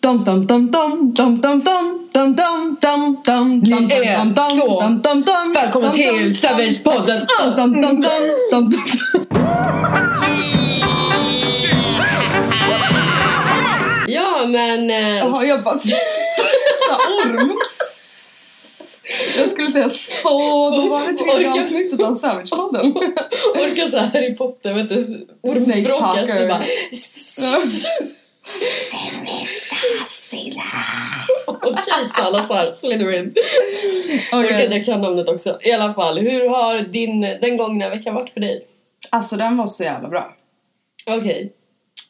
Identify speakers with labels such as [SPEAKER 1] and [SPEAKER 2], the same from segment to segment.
[SPEAKER 1] Dom, dom, dom, dom, dom, dom, dom, dom, dom, dom, dom,
[SPEAKER 2] Ni
[SPEAKER 1] dom,
[SPEAKER 2] är
[SPEAKER 1] dom, dom,
[SPEAKER 2] så
[SPEAKER 1] dom, dom, dom,
[SPEAKER 2] välkomna
[SPEAKER 1] dom,
[SPEAKER 2] till
[SPEAKER 1] dom,
[SPEAKER 2] Savage-podden.
[SPEAKER 1] dom, dom, dom, dom, dom, dom.
[SPEAKER 2] Ja, men... eh,
[SPEAKER 1] Jaha, jag bara... Sa orm. Jag skulle säga så, då var det tredje
[SPEAKER 2] Orkar-
[SPEAKER 1] avsnittet av Savage-podden.
[SPEAKER 2] Orkar så här Harry Potter, vet du,
[SPEAKER 1] Snake
[SPEAKER 2] ormspråket.
[SPEAKER 1] talker.
[SPEAKER 2] Det bara... Okej Salazar Slytherin. Orkar
[SPEAKER 1] Okej.
[SPEAKER 2] att jag kan namnet också. I alla fall, hur har din, den gångna veckan varit för dig?
[SPEAKER 1] Alltså den var så jävla bra.
[SPEAKER 2] Okej,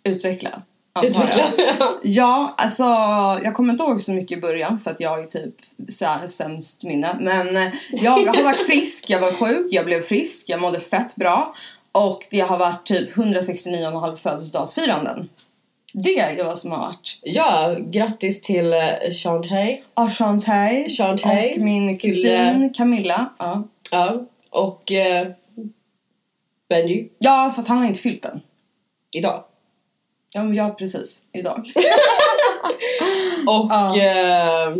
[SPEAKER 1] Utveckla. antar jag.
[SPEAKER 2] utveckla.
[SPEAKER 1] Ja, alltså jag kommer inte ihåg så mycket i början för att jag har ju typ så här, sämst minne. Men eh, jag har varit frisk, jag var sjuk, jag blev frisk, jag mådde fett bra. Och jag har varit typ 169,5 födelsedagsfiranden. Det är vad som har varit.
[SPEAKER 2] ja, grattis till eh, Shantae.
[SPEAKER 1] Ah, Chantai.
[SPEAKER 2] Chantai.
[SPEAKER 1] Och min
[SPEAKER 2] Till,
[SPEAKER 1] kusin Camilla. Ja.
[SPEAKER 2] Ja, och eh, Benji.
[SPEAKER 1] ja, fast han har inte fyllt den.
[SPEAKER 2] Idag.
[SPEAKER 1] Ja, men ja, precis. Idag.
[SPEAKER 2] Och...
[SPEAKER 1] Ja.
[SPEAKER 2] eh,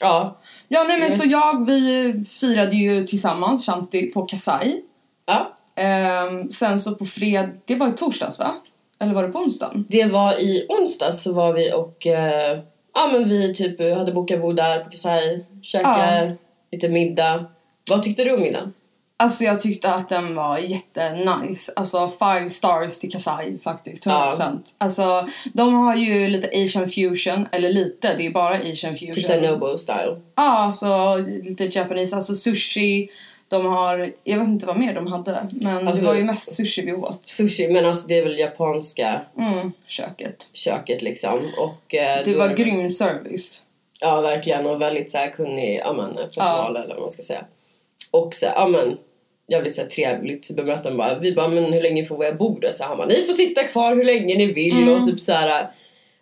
[SPEAKER 2] ja.
[SPEAKER 1] Ja, nej men
[SPEAKER 2] Yes.
[SPEAKER 1] så jag, vi firade ju tillsammans Shanti på Kasai.
[SPEAKER 2] ja.
[SPEAKER 1] Ehm, sen så på fred, det var i torsdags va? Eller var det på onsdagen?
[SPEAKER 2] Det var i onsdags så var vi och... eh, ja men vi typ hade bokat bord där på Kasai. Käkade lite middag. Vad tyckte du om middagen?
[SPEAKER 1] Alltså jag tyckte att den var jättenice. Alltså five stars till Kasai faktiskt. 100%. Alltså de har ju lite asian fusion, eller lite, det är bara asian fusion.
[SPEAKER 2] Typ såhär Nobo style.
[SPEAKER 1] Ja, alltså lite Japanese, alltså sushi. De har, jag vet inte vad mer de hade. Men
[SPEAKER 2] Alltså-
[SPEAKER 1] det var ju mest sushi vi åt.
[SPEAKER 2] Sushi, men alltså det är väl japanska
[SPEAKER 1] Mm, köket.
[SPEAKER 2] köket liksom. Och, eh,
[SPEAKER 1] Det
[SPEAKER 2] då-
[SPEAKER 1] var grym service.
[SPEAKER 2] Ja, verkligen. Och väldigt så här, kunnig ja, men, personal eller vad man ska säga. Och så här, ja men jävligt så här, trevligt bemötande bara. Vi bara, men hur länge får vi ha bordet? Så han bara, ni får sitta kvar hur länge ni vill.
[SPEAKER 1] Mm.
[SPEAKER 2] Och typ så här,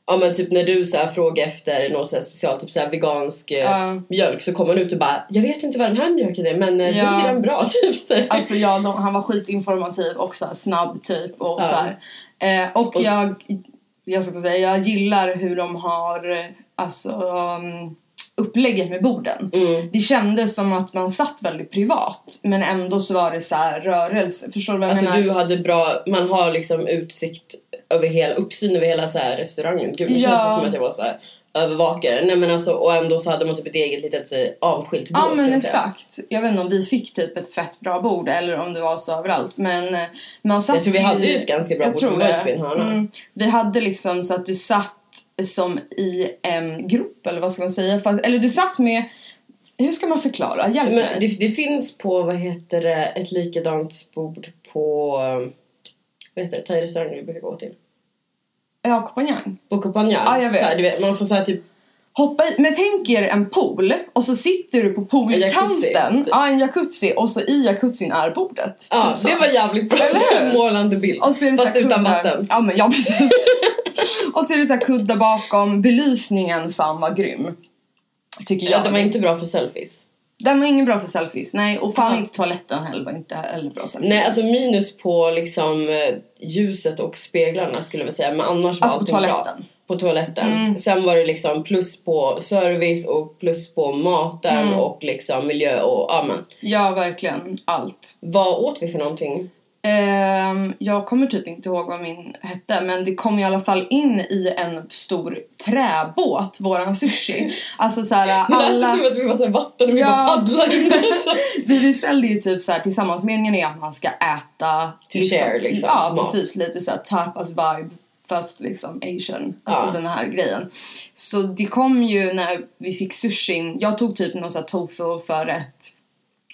[SPEAKER 2] ja men typ när du så här, frågar efter något så här, special, typ så här, vegansk eh,
[SPEAKER 1] Ja.
[SPEAKER 2] mjölk så kommer han ut och bara, jag vet inte vad den här mjölken är men eh,
[SPEAKER 1] Ja.
[SPEAKER 2] jag tycker den bra. Typ, så här.
[SPEAKER 1] Alltså ja, de, han var skitinformativ och så här, snabb typ och
[SPEAKER 2] Ja.
[SPEAKER 1] så här. Eh, och
[SPEAKER 2] Och-
[SPEAKER 1] jag, jag ska säga, jag gillar hur de har eh, alltså um, upplägget med borden.
[SPEAKER 2] Mm.
[SPEAKER 1] Det kändes som att man satt väldigt privat men ändå så var det så här rörelse. Förstår du vad jag
[SPEAKER 2] Alltså
[SPEAKER 1] menar?
[SPEAKER 2] du hade bra, man har liksom utsikt över hela, uppsyn över hela så här restaurangen. Gud nu känns det
[SPEAKER 1] Ja.
[SPEAKER 2] som att jag var så här övervakare. Nej men alltså och ändå så hade man typ ett eget litet eh, avskilt bås
[SPEAKER 1] Ja
[SPEAKER 2] kan
[SPEAKER 1] men
[SPEAKER 2] jag säga.
[SPEAKER 1] exakt. Jag vet inte om vi fick typ ett fett bra bord eller om det var så överallt men eh, man satt
[SPEAKER 2] Jag tror vi
[SPEAKER 1] i-
[SPEAKER 2] hade ju ett ganska bra
[SPEAKER 1] Jag
[SPEAKER 2] bord
[SPEAKER 1] tror
[SPEAKER 2] som var
[SPEAKER 1] det.
[SPEAKER 2] typ i en hörna.
[SPEAKER 1] Mm. Vi hade liksom så att du satt som i en grupp eller vad ska man säga? Fast, eller du satt med, hur ska man förklara? Hjälp
[SPEAKER 2] Men
[SPEAKER 1] mig.
[SPEAKER 2] det, det finns på, vad heter det, ett likadant bord på, eh, vad heter det, thai-restaurangen vi brukar gå till.
[SPEAKER 1] Ja, kompanjong.
[SPEAKER 2] På Copanjan.
[SPEAKER 1] Ja, jag vet.
[SPEAKER 2] Så här, du vet, man får så här typ,
[SPEAKER 1] Hoppa i, men tänk er en pool och så sitter du på
[SPEAKER 2] jacuzzi,
[SPEAKER 1] poolkanten.
[SPEAKER 2] typ.
[SPEAKER 1] Ja, en jacuzzi och så i jacuzzin är bordet.
[SPEAKER 2] ja
[SPEAKER 1] Typ så.
[SPEAKER 2] det var jävligt bra.
[SPEAKER 1] Eller hur?
[SPEAKER 2] Målande bild.
[SPEAKER 1] Och så är det
[SPEAKER 2] Fast
[SPEAKER 1] så här
[SPEAKER 2] utan
[SPEAKER 1] kuddar.
[SPEAKER 2] vatten.
[SPEAKER 1] Ja, men ja precis. och så är det så här kuddar bakom. Belysningen fan var grym. Tycker jag.
[SPEAKER 2] Det var inte bra för selfies.
[SPEAKER 1] Den var ingen bra för selfies, nej. Och fan
[SPEAKER 2] Ja.
[SPEAKER 1] inte toaletten heller var inte heller bra selfies.
[SPEAKER 2] Nej, alltså minus på liksom eh, ljuset och speglarna skulle jag vilja säga. Men annars var
[SPEAKER 1] Alltså på
[SPEAKER 2] allting bra.
[SPEAKER 1] toaletten.
[SPEAKER 2] På toaletten.
[SPEAKER 1] Mm.
[SPEAKER 2] Sen var det liksom plus på service och plus på maten
[SPEAKER 1] Mm.
[SPEAKER 2] och liksom miljö och ja men.
[SPEAKER 1] Ja, verkligen. Allt.
[SPEAKER 2] Vad åt vi för någonting?
[SPEAKER 1] Ehm, jag kommer typ inte ihåg vad min hette, men det kom i alla fall in i en stor träbåt, våran sushi. Alltså såhär,
[SPEAKER 2] Det lät som
[SPEAKER 1] alla...
[SPEAKER 2] att vi var så här vatten och vi
[SPEAKER 1] Ja.
[SPEAKER 2] bara paddlade in. Så.
[SPEAKER 1] Vi beställde ju typ såhär tillsammans, meningen är att man ska äta...
[SPEAKER 2] To share, liksom,
[SPEAKER 1] Ja,
[SPEAKER 2] mat.
[SPEAKER 1] precis. Lite såhär tapas-vibe. Fast liksom asian, alltså
[SPEAKER 2] Ja.
[SPEAKER 1] den här grejen. Så det kom ju när vi fick sushin, jag tog typ någon sån här tofu förrätt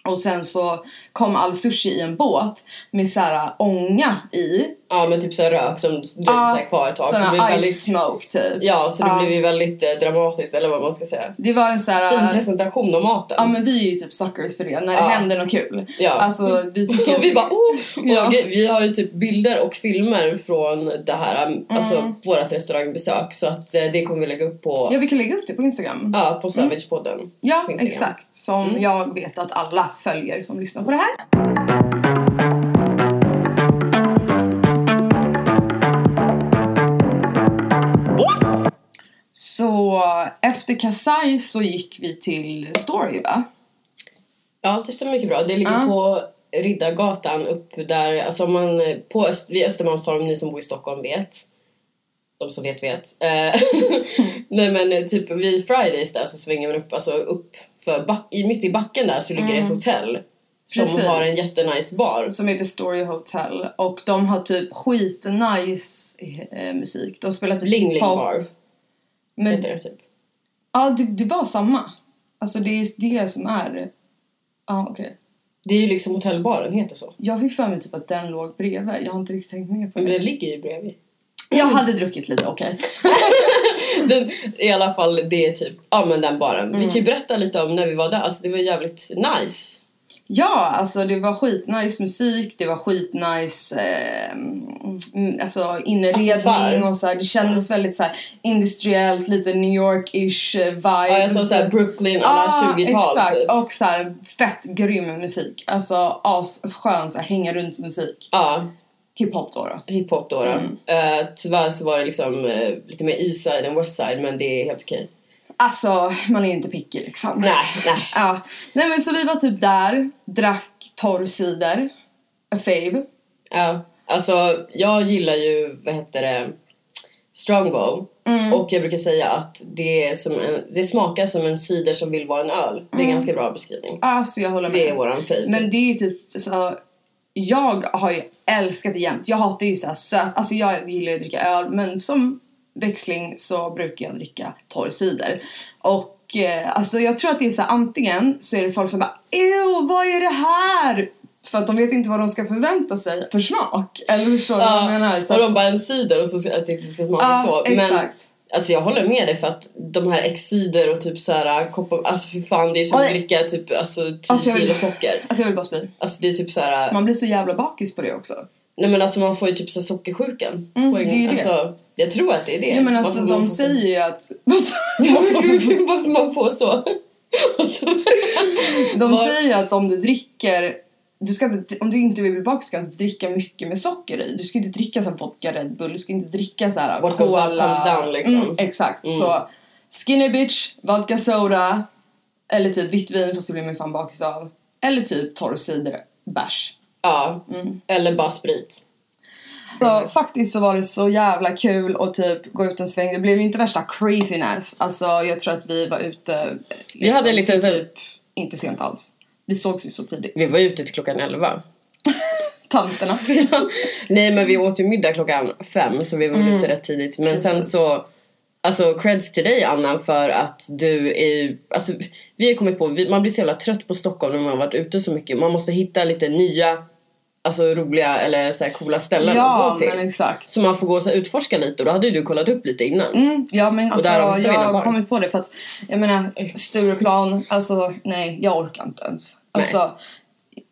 [SPEAKER 1] och sen så kom all sushi i en båt med så här ånga i.
[SPEAKER 2] Ja men typ så här rök som drog
[SPEAKER 1] Ja,
[SPEAKER 2] så här kvar ett tag. Så det
[SPEAKER 1] Sån
[SPEAKER 2] blev
[SPEAKER 1] här ice
[SPEAKER 2] väldigt,
[SPEAKER 1] smoke typ.
[SPEAKER 2] ja, så det
[SPEAKER 1] Ja.
[SPEAKER 2] blev ju väldigt eh, dramatiskt eller vad man ska säga.
[SPEAKER 1] Det var en så
[SPEAKER 2] Fin
[SPEAKER 1] här...
[SPEAKER 2] presentation av maten.
[SPEAKER 1] Ja men vi är ju typ suckers för det, när det
[SPEAKER 2] Ja.
[SPEAKER 1] händer något kul.
[SPEAKER 2] Ja.
[SPEAKER 1] Alltså vi tycker...
[SPEAKER 2] Och vi bara oh! Och
[SPEAKER 1] Ja.
[SPEAKER 2] gre- vi har ju typ bilder och filmer från det här, um, alltså
[SPEAKER 1] Mm.
[SPEAKER 2] vårat restaurangbesök så att eh, det kommer vi lägga upp på,
[SPEAKER 1] Ja Mm. vi kan lägga upp det på Instagram.
[SPEAKER 2] ja, på Savage-podden.
[SPEAKER 1] Ja,
[SPEAKER 2] På Instagram.
[SPEAKER 1] exakt. Som
[SPEAKER 2] Mm.
[SPEAKER 1] jag vet att alla följer som lyssnar på det här. Så efter Kasai så gick vi till Story va?
[SPEAKER 2] Ja, det stämmer mycket bra. Det ligger
[SPEAKER 1] Ja.
[SPEAKER 2] på Riddargatan upp där, alltså om man, eh, på Öst, vid Östermalmstorg, ni som bor i Stockholm vet. De som vet vet. Eh, Nej men eh, typ vid Fridays där så svänger man upp, alltså upp för back, i, mitt i backen där så ligger det ett hotell. Som
[SPEAKER 1] Mm. Precis.
[SPEAKER 2] har en jättenice bar.
[SPEAKER 1] Som heter Story Hotel och de har typ skitnice eh, musik. De spelar typ
[SPEAKER 2] Ling Ling
[SPEAKER 1] pop.
[SPEAKER 2] Bar
[SPEAKER 1] Men
[SPEAKER 2] heter det typ.
[SPEAKER 1] ja, det, det var samma. Alltså det är det som är... Ja okej.
[SPEAKER 2] Det är ju liksom hotellbaren heter så.
[SPEAKER 1] Jag fick för mig typ att den låg bredvid. Jag har inte riktigt tänkt med på
[SPEAKER 2] Men
[SPEAKER 1] det.
[SPEAKER 2] den ligger ju bredvid.
[SPEAKER 1] Jag hade druckit lite, okej.
[SPEAKER 2] Den, I alla fall det är typ, ja men den baren.
[SPEAKER 1] Mm.
[SPEAKER 2] Vi kan ju berätta lite om när vi var där, alltså det var jävligt nice.
[SPEAKER 1] Ja, alltså det var skitnice musik, det var skitnice eh, mm, alltså inredning
[SPEAKER 2] Atmosfär.
[SPEAKER 1] och så här. Det kändes väldigt så här industriellt, lite New York-ish eh, vibes.
[SPEAKER 2] Ja jag sa såhär Brooklyn alla
[SPEAKER 1] Ja,
[SPEAKER 2] 20-tal
[SPEAKER 1] Ah, exakt.
[SPEAKER 2] typ.
[SPEAKER 1] Och så här fett grym musik. Alltså asskön så här, hänga runt musik.
[SPEAKER 2] Ja,
[SPEAKER 1] Hiphop då då.
[SPEAKER 2] hiphop då. då.
[SPEAKER 1] Mm.
[SPEAKER 2] Eh, tyvärr så var det liksom eh, lite mer eastside än westside men det är helt okej.
[SPEAKER 1] Alltså, man är ju inte picky liksom.
[SPEAKER 2] Nej, nej.
[SPEAKER 1] Ja. Nej men så vi var typ där, drack torr cider. A fave.
[SPEAKER 2] Ja, alltså jag gillar ju, vad heter det, Strongbow.
[SPEAKER 1] Mm.
[SPEAKER 2] Och jag brukar säga att det, är som en, det smakar som en cider som vill vara en öl. Det är en ganska bra beskrivning.
[SPEAKER 1] Alltså jag håller med.
[SPEAKER 2] Det är våran favorit.
[SPEAKER 1] Mm. Men det är ju typ så jag har ju älskat det jämt. Jag hatar ju såhär söt, alltså jag gillar ju att dricka öl men som växling så brukar jag dricka torr cider. Och eh, alltså jag tror att det är så antingen så är det folk som bara Ew, vad är det här? För att de vet inte vad de ska förvänta sig för smak. Eller förstår du vad
[SPEAKER 2] Ja,
[SPEAKER 1] jag menar? Så
[SPEAKER 2] och
[SPEAKER 1] att-
[SPEAKER 2] de bara en cider och så ska, att det inte ska smaka
[SPEAKER 1] Ja,
[SPEAKER 2] så. Men
[SPEAKER 1] exakt.
[SPEAKER 2] alltså jag håller med dig för att de här excider och typ så här koppar, alltså för fan det är som att
[SPEAKER 1] Oj.
[SPEAKER 2] dricka typ alltså 10
[SPEAKER 1] Alltså, jag vill-
[SPEAKER 2] kilo socker.
[SPEAKER 1] Alltså jag vill bara spy.
[SPEAKER 2] Alltså det är typ så här.
[SPEAKER 1] Man blir så jävla bakis på det också.
[SPEAKER 2] nej men alltså man får ju typ så här sockersjukan.
[SPEAKER 1] Mm,
[SPEAKER 2] på en-
[SPEAKER 1] det är det.
[SPEAKER 2] Alltså, jag tror att det är det.
[SPEAKER 1] Ja, men
[SPEAKER 2] Man
[SPEAKER 1] alltså
[SPEAKER 2] får- man
[SPEAKER 1] de
[SPEAKER 2] får-
[SPEAKER 1] säger ju att...
[SPEAKER 2] Varför man får så? Och så
[SPEAKER 1] De
[SPEAKER 2] Var-
[SPEAKER 1] säger att om du dricker du ska, inte- om du inte vill bli bakis ska du inte dricka mycket med socker i. Du ska inte dricka så här vodka Red Bull, du ska inte dricka så här
[SPEAKER 2] What comes up comes down, liksom.
[SPEAKER 1] Mm, exakt.
[SPEAKER 2] Mm.
[SPEAKER 1] Så skinny bitch, vodka soda eller typ vitt vin fast det blir man ju fan bakis av. Eller typ torr cider, bärs.
[SPEAKER 2] ja,
[SPEAKER 1] Mm.
[SPEAKER 2] eller bara sprit. Eh.
[SPEAKER 1] Så faktiskt så var det så jävla kul att typ gå ut en sväng. Det blev ju inte värsta craziness. Alltså jag tror att vi var ute eh, liksom,
[SPEAKER 2] hade lite
[SPEAKER 1] till
[SPEAKER 2] så-
[SPEAKER 1] typ inte sent alls. Vi sågs ju så tidigt.
[SPEAKER 2] Vi var ute till klockan 11.
[SPEAKER 1] Tanterna.
[SPEAKER 2] Nej men vi
[SPEAKER 1] Mm.
[SPEAKER 2] åt ju middag klockan 5 så vi var väl ute rätt tidigt. Men sen
[SPEAKER 1] Precis.
[SPEAKER 2] så, alltså creds till dig Anna för att du är ju- alltså vi har kommit på, vi, man blir så jävla trött på Stockholm när man har varit ute så mycket. Man måste hitta lite nya, alltså roliga eller så här coola ställen att
[SPEAKER 1] Ja,
[SPEAKER 2] gå till.
[SPEAKER 1] men exakt.
[SPEAKER 2] Så man får gå och så här utforska lite och då hade ju du kollat upp lite innan.
[SPEAKER 1] Mm, ja, men alltså,
[SPEAKER 2] där har vi
[SPEAKER 1] jag
[SPEAKER 2] dina
[SPEAKER 1] har
[SPEAKER 2] barn.
[SPEAKER 1] kommit på det för att jag menar Stureplan, alltså nej, jag orkar inte ens. Alltså,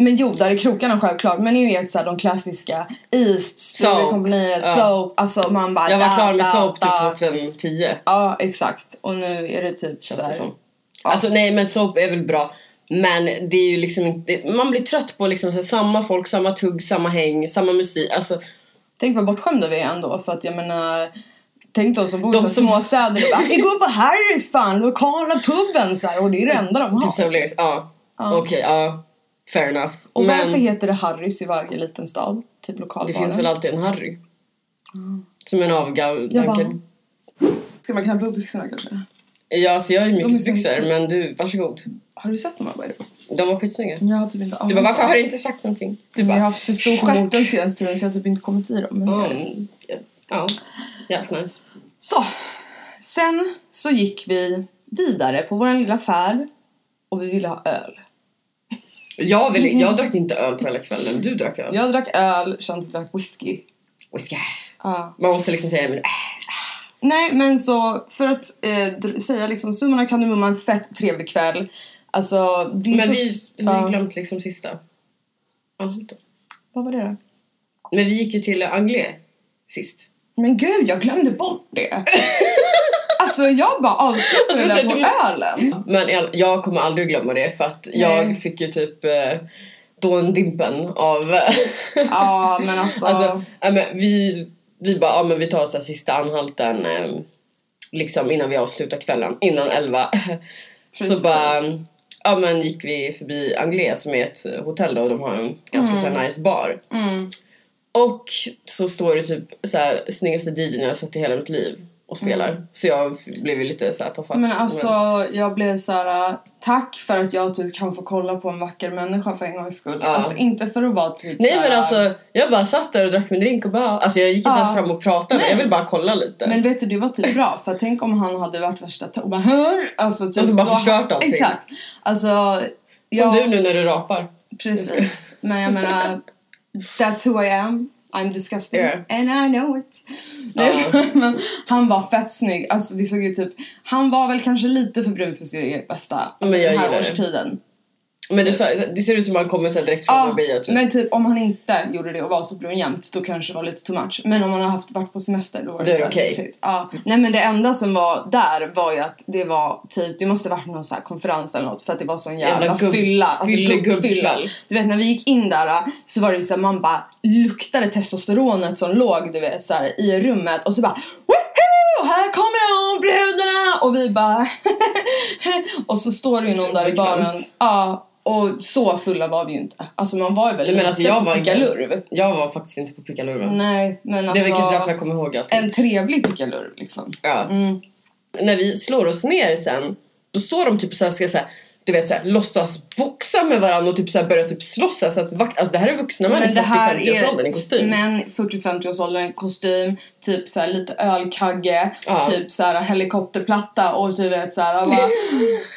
[SPEAKER 1] men jo, där är krokarna självklart, men ni vet så här, de klassiska East, Sturecompagniet,
[SPEAKER 2] ja.
[SPEAKER 1] Soap, alltså man bara
[SPEAKER 2] Jag var
[SPEAKER 1] da,
[SPEAKER 2] klar med
[SPEAKER 1] da,
[SPEAKER 2] Soap
[SPEAKER 1] da.
[SPEAKER 2] typ 2010.
[SPEAKER 1] Ja, exakt. Och nu är det typ så
[SPEAKER 2] känns det
[SPEAKER 1] här.
[SPEAKER 2] som. Alltså nej men soap är väl bra men det är ju liksom inte, man blir trött på liksom så här, samma folk, samma tugg, samma häng, samma musik. Alltså
[SPEAKER 1] Tänk vad bortskämda vi är ändå för att jag menar Tänk de som bor i
[SPEAKER 2] De
[SPEAKER 1] så här
[SPEAKER 2] som-
[SPEAKER 1] små städer och bara Vi går på Harrys fan, lokala puben så här, och det är det enda de har.
[SPEAKER 2] typ såhär lyrics, ja. Okej, ja. Fair enough.
[SPEAKER 1] Och varför
[SPEAKER 2] men
[SPEAKER 1] heter det Harrys i varje liten stad? Typ
[SPEAKER 2] det
[SPEAKER 1] lokalbaren.
[SPEAKER 2] finns väl alltid en Harry. Som en
[SPEAKER 1] Jag bara...
[SPEAKER 2] avgankad.
[SPEAKER 1] Ska man knäppa upp byxorna kanske?
[SPEAKER 2] Ja, alltså jag har ju
[SPEAKER 1] är
[SPEAKER 2] mjukisbyxor
[SPEAKER 1] så-
[SPEAKER 2] men du, varsågod.
[SPEAKER 1] Har du sett de här by the way?
[SPEAKER 2] De var skitsnygga.
[SPEAKER 1] Jag har typ inte
[SPEAKER 2] Du bara, varför har du inte sagt någonting? Du
[SPEAKER 1] Jag
[SPEAKER 2] bara,
[SPEAKER 1] har haft för stor stjärt den senaste tiden så jag har typ inte kommit i dem. Men...
[SPEAKER 2] mm, ja, ja, jävligt nice.
[SPEAKER 1] Så! Sen så gick vi vidare på vår lilla färd och vi ville ha öl.
[SPEAKER 2] Jag,
[SPEAKER 1] Mm-hmm.
[SPEAKER 2] vill, jag drack inte öl på hela kvällen, du drack öl.
[SPEAKER 1] Jag drack öl, Shanti drack whisky.
[SPEAKER 2] Whisky.
[SPEAKER 1] Ja.
[SPEAKER 2] Man måste liksom säga men, äh,
[SPEAKER 1] Nej men så för att eh, dr- säga liksom summan av kardemumman, fett trevlig kväll. Alltså det är
[SPEAKER 2] Men
[SPEAKER 1] så...
[SPEAKER 2] vi vi har
[SPEAKER 1] ja.
[SPEAKER 2] ju glömt liksom sista avsnittet.
[SPEAKER 1] Vad var det då?
[SPEAKER 2] Men vi gick ju till Anglais sist.
[SPEAKER 1] Men gud, jag glömde bort det! alltså jag bara avslutade
[SPEAKER 2] Alltså,
[SPEAKER 1] det där
[SPEAKER 2] det
[SPEAKER 1] på ölen.
[SPEAKER 2] Men i all- jag kommer aldrig glömma det för att
[SPEAKER 1] Nej.
[SPEAKER 2] jag fick ju typ eh, dåndimpen av... eh,
[SPEAKER 1] Ja, men alltså...
[SPEAKER 2] alltså, ja, men vi, vi bara, ja men vi tar så här sista anhalten eh, liksom innan vi avslutade kvällen, innan elva. så
[SPEAKER 1] Precis.
[SPEAKER 2] bara, ja men gick vi förbi Anglais som är ett hotell då och de har en ganska så här nice bar.
[SPEAKER 1] Mm.
[SPEAKER 2] Och så står det typ så här snyggaste DJn jag har sett i hela mitt liv och spelar. Så jag blev ju lite såhär tafatt.
[SPEAKER 1] Mm. Men alltså jag blev så här: äh, tack för att jag typ kan få kolla på en vacker människa för en gångs skull.
[SPEAKER 2] Ja.
[SPEAKER 1] Alltså inte för att vara typ så
[SPEAKER 2] Nej
[SPEAKER 1] här-
[SPEAKER 2] men alltså jag bara satt där och drack min drink och bara, alltså jag gick inte
[SPEAKER 1] Ja.
[SPEAKER 2] ens fram och pratade,
[SPEAKER 1] Nej.
[SPEAKER 2] jag ville bara kolla lite.
[SPEAKER 1] Men vet du det var typ bra för tänk om han hade varit värsta to- och bara "Hör!" alltså typ
[SPEAKER 2] Alltså bara
[SPEAKER 1] då-
[SPEAKER 2] förstört allting.
[SPEAKER 1] Exakt. Alltså
[SPEAKER 2] Som du nu när du rapar.
[SPEAKER 1] Precis. Men jag menar, that's who I am. I'm disgusting.
[SPEAKER 2] Yeah.
[SPEAKER 1] And I know it. Nej,
[SPEAKER 2] Ja.
[SPEAKER 1] men han var fett snygg. Alltså det såg ju typ, han var väl kanske lite för brun för sitt eget bästa. Alltså
[SPEAKER 2] Men jag
[SPEAKER 1] den här
[SPEAKER 2] gillar det.
[SPEAKER 1] årstiden.
[SPEAKER 2] Men det, det ser ut som att han kommer så här direkt från
[SPEAKER 1] Ja,
[SPEAKER 2] Marbella typ.
[SPEAKER 1] men typ om han inte gjorde det och var så brun jämt då kanske det var lite too much. Men om han har haft, varit på semester då var det,
[SPEAKER 2] Då är det
[SPEAKER 1] så här
[SPEAKER 2] okej.
[SPEAKER 1] sexigt. Ja. Nej men det enda som var där var ju att det var typ, det måste varit någon så här konferens eller något för att det var sån jävla,
[SPEAKER 2] Jävla gubb-
[SPEAKER 1] fylla. Alltså
[SPEAKER 2] fyllegubbkväll.
[SPEAKER 1] gubbfylla. Du vet när vi gick in där så var det ju såhär man bara luktade testosteronet som låg du vet såhär i rummet och så bara Woho! Här kommer de brudarna! Och vi bara Och så står det ju någon där i
[SPEAKER 2] Obekvämt.
[SPEAKER 1] baren Ja och så fulla var vi ju inte Alltså man var ju väl
[SPEAKER 2] Nej, men alltså
[SPEAKER 1] lite
[SPEAKER 2] jag var inte
[SPEAKER 1] pickalurv
[SPEAKER 2] Jag var faktiskt inte på pickalurven.
[SPEAKER 1] Nej men
[SPEAKER 2] det är väl kanske därför
[SPEAKER 1] Mm, alltså
[SPEAKER 2] jag kommer ihåg allt.
[SPEAKER 1] En trevlig pickalurv liksom
[SPEAKER 2] Ja.
[SPEAKER 1] mm.
[SPEAKER 2] När vi slår oss ner sen, då står de typ såhär, ska säga du vet såhär låtsas boxa med varandra och typ såhär börja typ slåss här, så att vakt, alltså det här är vuxna män i
[SPEAKER 1] Men det här
[SPEAKER 2] 40-50-årsåldern i
[SPEAKER 1] är
[SPEAKER 2] kostym.
[SPEAKER 1] män i 40-50 års åldern, kostym, typ så här lite ölkagge,
[SPEAKER 2] Ja.
[SPEAKER 1] typ så här helikopterplatta och du vet så här bara,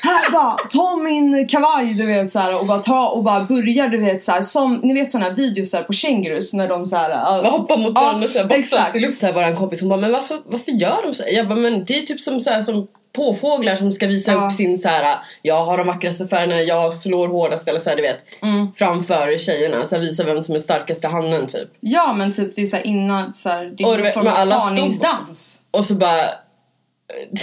[SPEAKER 1] här bara ta min kavaj du vet så här och bara ta och bara börja du vet så här som ni vet såna här videos så här på kängurus när de så här ja,
[SPEAKER 2] Bara hoppar mot
[SPEAKER 1] Ja,
[SPEAKER 2] varandra och såhär boxas
[SPEAKER 1] exakt.
[SPEAKER 2] i luft här var en kompis hon bara men varför, varför gör de så? Jag bara men det är typ som såhär som påfåglar som ska visa
[SPEAKER 1] Ja.
[SPEAKER 2] upp sin såhär jag har de vackraste färgerna, jag slår hårdast eller såhär du vet
[SPEAKER 1] Mm.
[SPEAKER 2] framför tjejerna så här, visa vem som är starkast i handen typ.
[SPEAKER 1] ja men typ det är så här innan så här det
[SPEAKER 2] Och du
[SPEAKER 1] är en
[SPEAKER 2] vet,
[SPEAKER 1] form
[SPEAKER 2] men
[SPEAKER 1] av
[SPEAKER 2] alla stod-
[SPEAKER 1] parningsdans.
[SPEAKER 2] Och så bara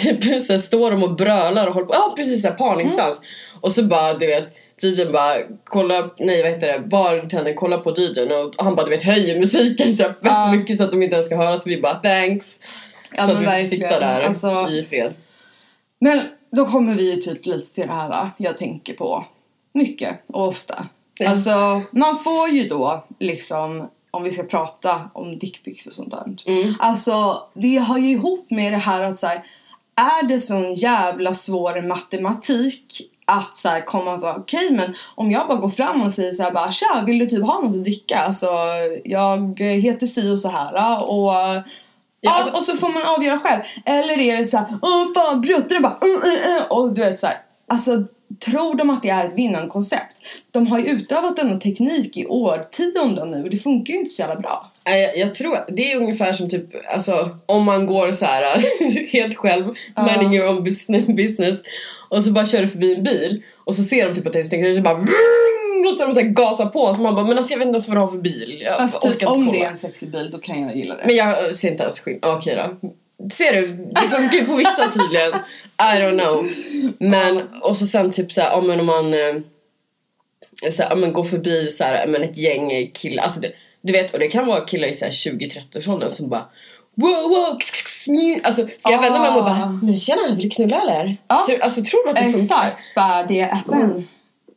[SPEAKER 2] typ så här, står de och brölar och håller på. Ja precis såhär parningsdans.
[SPEAKER 1] Mm.
[SPEAKER 2] Och så bara du vet DJn bara kolla, nej vad heter det, bartendern kollar på DJn och han bara du vet höjer musiken så här, fett
[SPEAKER 1] Ja.
[SPEAKER 2] mycket så att de inte ens ska höra så vi bara thanks.
[SPEAKER 1] Ja, men
[SPEAKER 2] så att vi fick
[SPEAKER 1] verkligen.
[SPEAKER 2] sitta där
[SPEAKER 1] Alltså-
[SPEAKER 2] i fred.
[SPEAKER 1] Men då kommer vi ju typ lite till det här va, jag tänker på mycket och ofta.
[SPEAKER 2] Ja.
[SPEAKER 1] Alltså man får ju då liksom om vi ska prata om dickpics och sånt där.
[SPEAKER 2] Mm.
[SPEAKER 1] Alltså det hör ju ihop med det här att så här, är det sån jävla svår matematik att så här komma och bara okej men om jag bara går fram och säger så här bara tja vill du typ ha något att dricka? Alltså jag heter si och så här och
[SPEAKER 2] Ja,
[SPEAKER 1] Ja,
[SPEAKER 2] alltså-
[SPEAKER 1] och så får man avgöra själv. Eller är det så här, åh fan brötter bara, uh, uh, uh. och du vet så här. Alltså, tror de att det är ett vinnande koncept? De har ju utövat denna teknik i årtionden nu och det funkar ju inte så jävla bra.
[SPEAKER 2] Nej, Jag, jag tror det är ungefär som typ alltså, om man går så här helt själv,
[SPEAKER 1] Ja.
[SPEAKER 2] manning your own business, business och så bara kör du förbi en bil och så ser de typ att det är en snygg tjej, så bara vroom, och så de så här gasar på så man bara men alltså jag vet inte ens vad du har för bil. Jag
[SPEAKER 1] Fast
[SPEAKER 2] orkar
[SPEAKER 1] typ,
[SPEAKER 2] inte
[SPEAKER 1] om
[SPEAKER 2] kolla.
[SPEAKER 1] det är en sexig bil då kan jag gilla det.
[SPEAKER 2] Men jag ser inte ens skillnad. Okej då. Ser du? Det funkar ju på vissa tydligen. I don't know. Men och så sen typ såhär, ja men om man eh, så här, ja, men går förbi så här, ja, men ett gäng killar. Alltså det, du vet, och det kan vara killar i så här 20-30-årsåldern som bara wow wow kss, kss, mjau." Alltså ska jag vända mig om och bara
[SPEAKER 1] Ah.
[SPEAKER 2] men tjena vill du knulla eller?
[SPEAKER 1] Ja.
[SPEAKER 2] Så, alltså tror du att det funkar?
[SPEAKER 1] Exakt, bara det är öppen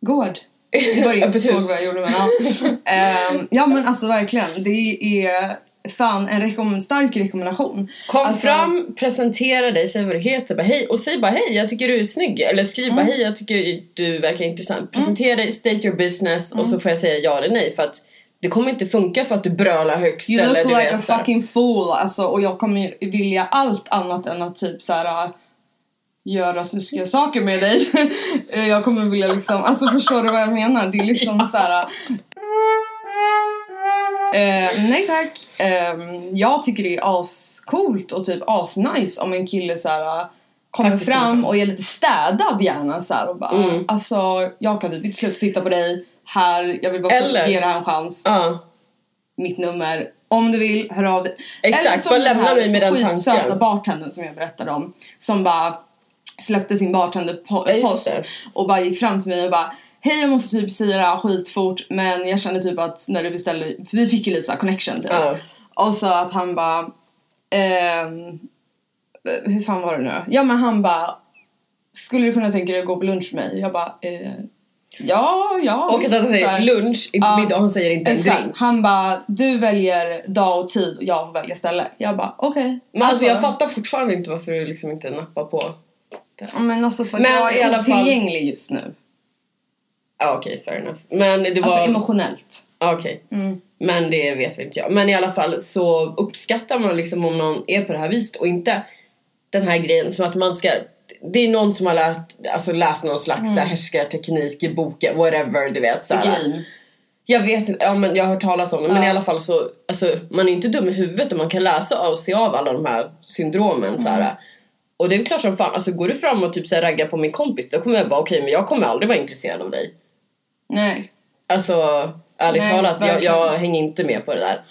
[SPEAKER 1] gård. Det var det jag
[SPEAKER 2] Öppet
[SPEAKER 1] såg
[SPEAKER 2] hus.
[SPEAKER 1] vad jag gjorde men ja. Ehm, ja men alltså verkligen, det är fan en rekomm- stark rekommendation.
[SPEAKER 2] Kom
[SPEAKER 1] Alltså-
[SPEAKER 2] fram, presentera dig, säg vad du heter, bara hej och säg bara hej jag tycker du är snygg eller skriv bara
[SPEAKER 1] Mm.
[SPEAKER 2] hej jag tycker du verkar intressant. Presentera dig, state your business
[SPEAKER 1] Mm.
[SPEAKER 2] och så får jag säga ja eller nej för att det kommer inte funka för att du brölar högst
[SPEAKER 1] You
[SPEAKER 2] eller
[SPEAKER 1] look
[SPEAKER 2] du
[SPEAKER 1] like a
[SPEAKER 2] vet så här.
[SPEAKER 1] fucking fool alltså, och jag kommer ju vilja allt annat än att typ så här äh, göra snuskiga saker med dig. Eh, jag kommer vilja liksom, alltså förstår du vad jag menar? Det är liksom så här. äh, eh, nej tack. Ehm, jag tycker det är ascoolt och typ asnice om en kille så här äh, kommer
[SPEAKER 2] Faktiskt kommer
[SPEAKER 1] fram
[SPEAKER 2] fram.
[SPEAKER 1] och är lite städad gärna så här och bara
[SPEAKER 2] Mm.
[SPEAKER 1] alltså jag kan typ inte sluta titta på dig här, jag vill bara
[SPEAKER 2] Eller-
[SPEAKER 1] ge det här en chans
[SPEAKER 2] Ja,
[SPEAKER 1] mitt nummer. Om du vill, hör av dig.
[SPEAKER 2] Exakt,
[SPEAKER 1] Eller som
[SPEAKER 2] bara lämna
[SPEAKER 1] den här
[SPEAKER 2] mig med den tanken.
[SPEAKER 1] skitsöta bartendern som jag berättade om. Som bara släppte sin
[SPEAKER 2] Ja, just
[SPEAKER 1] bartenderpost
[SPEAKER 2] det.
[SPEAKER 1] och bara gick fram till mig och bara Hej jag måste typ säga det här skitfort men jag kände typ att när du beställde, för vi fick ju lite så här connection typ.
[SPEAKER 2] ja.
[SPEAKER 1] Och så att han bara ehm, hur fan var det nu? Ja men han bara, skulle du kunna tänka dig att gå på lunch med mig? Jag bara, eh, ja, ja.
[SPEAKER 2] Och att
[SPEAKER 1] visst,
[SPEAKER 2] han
[SPEAKER 1] så här.
[SPEAKER 2] säger lunch, inte
[SPEAKER 1] Ja.
[SPEAKER 2] middag, han säger inte en
[SPEAKER 1] Exakt.
[SPEAKER 2] drink.
[SPEAKER 1] Han bara, du väljer dag och tid och jag får välja ställe. Jag bara, okej.
[SPEAKER 2] Men alltså jag
[SPEAKER 1] Alltså,
[SPEAKER 2] fattar fortfarande inte varför du liksom inte nappar på.
[SPEAKER 1] Ja, Men alltså för att
[SPEAKER 2] Men
[SPEAKER 1] jag
[SPEAKER 2] i
[SPEAKER 1] är
[SPEAKER 2] alla fall-
[SPEAKER 1] otillgänglig just nu.
[SPEAKER 2] Ja okej, fair enough. Men det var...
[SPEAKER 1] Alltså
[SPEAKER 2] Alltså,
[SPEAKER 1] emotionellt. Mm.
[SPEAKER 2] okej. Men det vet vi inte jag. Men i alla fall så uppskattar man liksom om någon är på det här viset och inte den här grejen som att man ska det är någon som har lärt, alltså läst någon slags mm. härskarteknik i boken, whatever du vet såhär.
[SPEAKER 1] Game.
[SPEAKER 2] Jag vet inte, ja, men jag har hört talas om det men
[SPEAKER 1] Ja.
[SPEAKER 2] i alla fall så, alltså, man är inte dum i huvudet och man kan läsa och se av alla de här syndromen så här. Och det är väl klart som fan, alltså går du fram och typ så här, raggar på min kompis då kommer jag bara okej men jag kommer aldrig vara intresserad av dig.
[SPEAKER 1] Nej.
[SPEAKER 2] Alltså ärligt
[SPEAKER 1] Nej,
[SPEAKER 2] talat, jag,
[SPEAKER 1] verkligen.
[SPEAKER 2] jag hänger inte med på det där.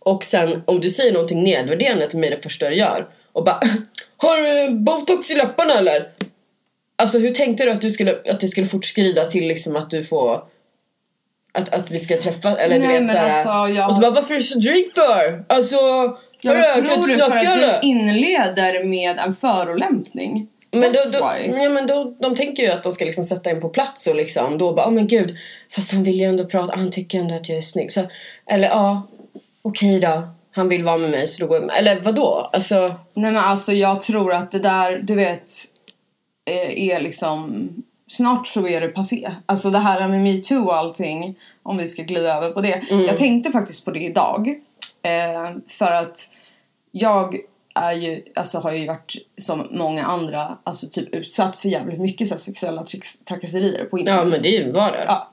[SPEAKER 2] Och sen om du säger någonting nedvärderande till mig det första du gör och bara Har du botox i läpparna eller? Alltså hur tänkte du att, du skulle, att det skulle fortskrida till liksom att du får att, att vi ska träffas eller
[SPEAKER 1] Nej,
[SPEAKER 2] du vet
[SPEAKER 1] men
[SPEAKER 2] såhär
[SPEAKER 1] alltså, jag-
[SPEAKER 2] Och så bara varför är du så dryg för? Alltså
[SPEAKER 1] Jag
[SPEAKER 2] hörru, kan du
[SPEAKER 1] tror
[SPEAKER 2] inte
[SPEAKER 1] det för
[SPEAKER 2] snacka
[SPEAKER 1] att
[SPEAKER 2] eller?
[SPEAKER 1] du inleder med en förolämpning.
[SPEAKER 2] Men, då,
[SPEAKER 1] That's
[SPEAKER 2] då,
[SPEAKER 1] why.
[SPEAKER 2] ja, men då, de tänker ju att de ska liksom sätta en på plats och liksom då bara, åh men gud, fast han vill ju ändå prata, han tycker ändå att jag är snygg. Så, eller ja, okej då, han vill vara med mig så då går jag med. Eller vadå? Alltså,
[SPEAKER 1] Nej men alltså jag tror att det där, du vet, eh, är liksom Snart så är det passé. Alltså det här med metoo och allting, om vi ska glida över på det. Jag tänkte faktiskt på det idag. Eh, för att jag är ju, alltså har ju varit som många andra, alltså typ utsatt för jävligt mycket så här, sexuella trix- trakasserier på internet.
[SPEAKER 2] ja men det är ju bara det.
[SPEAKER 1] Ja.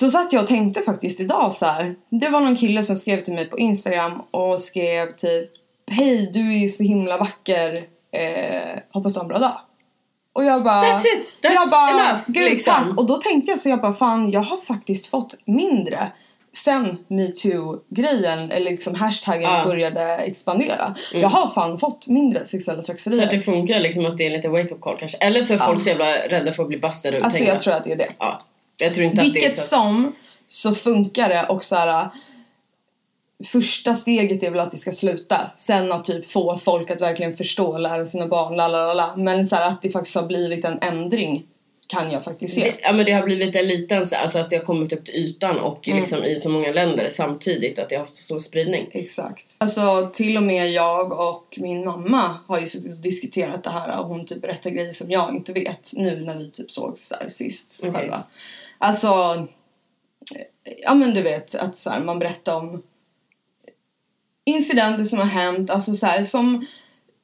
[SPEAKER 1] Så satt jag och tänkte faktiskt idag så här. Det var någon kille som skrev till mig på Instagram och skrev typ Hej du är så himla vacker, eh, hoppas du har en bra dag. Och jag bara
[SPEAKER 2] That's it, that's
[SPEAKER 1] jag bara,
[SPEAKER 2] enough,
[SPEAKER 1] Gud
[SPEAKER 2] liksom."
[SPEAKER 1] tack! Och då tänkte jag så jag bara fan jag har faktiskt fått mindre sen metoo-grejen eller liksom hashtaggen
[SPEAKER 2] Ja. Mm.
[SPEAKER 1] började expandera. Jag har fan fått mindre sexuella
[SPEAKER 2] Så att det
[SPEAKER 1] trakasserier.
[SPEAKER 2] funkar liksom att det är en liten wake up call kanske. Eller så är folk så jävla rädda för att bli bastade och
[SPEAKER 1] Alltså
[SPEAKER 2] tänka-
[SPEAKER 1] jag tror att det är det.
[SPEAKER 2] Ja, jag tror inte att det är
[SPEAKER 1] Vilket
[SPEAKER 2] så.
[SPEAKER 1] som så funkar det och så här. Första steget är väl att det ska sluta. Sen att typ få folk att verkligen förstå och lära sina barn. Lalalala. Men så här, att det faktiskt har blivit en ändring kan jag faktiskt se.
[SPEAKER 2] Det, ja, men det har blivit en liten, så- alltså att det har kommit upp till ytan och
[SPEAKER 1] Mm.
[SPEAKER 2] liksom i så många länder samtidigt att det har haft så stor spridning.
[SPEAKER 1] Exakt. Alltså till och med jag och min mamma har ju suttit och diskuterat det här och hon typ berättar grejer som jag inte vet nu när vi typ sågs så här sist
[SPEAKER 2] Okej.
[SPEAKER 1] själva. Alltså, eh, ja men du vet att så här, man berättar om incidenter som har hänt, alltså så här som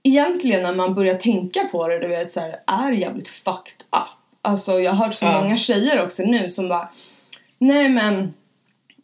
[SPEAKER 1] egentligen när man börjar tänka på det, du vet så här, är jävligt fucked up. Alltså jag har hört så
[SPEAKER 2] Ja.
[SPEAKER 1] många tjejer också nu som bara, nej men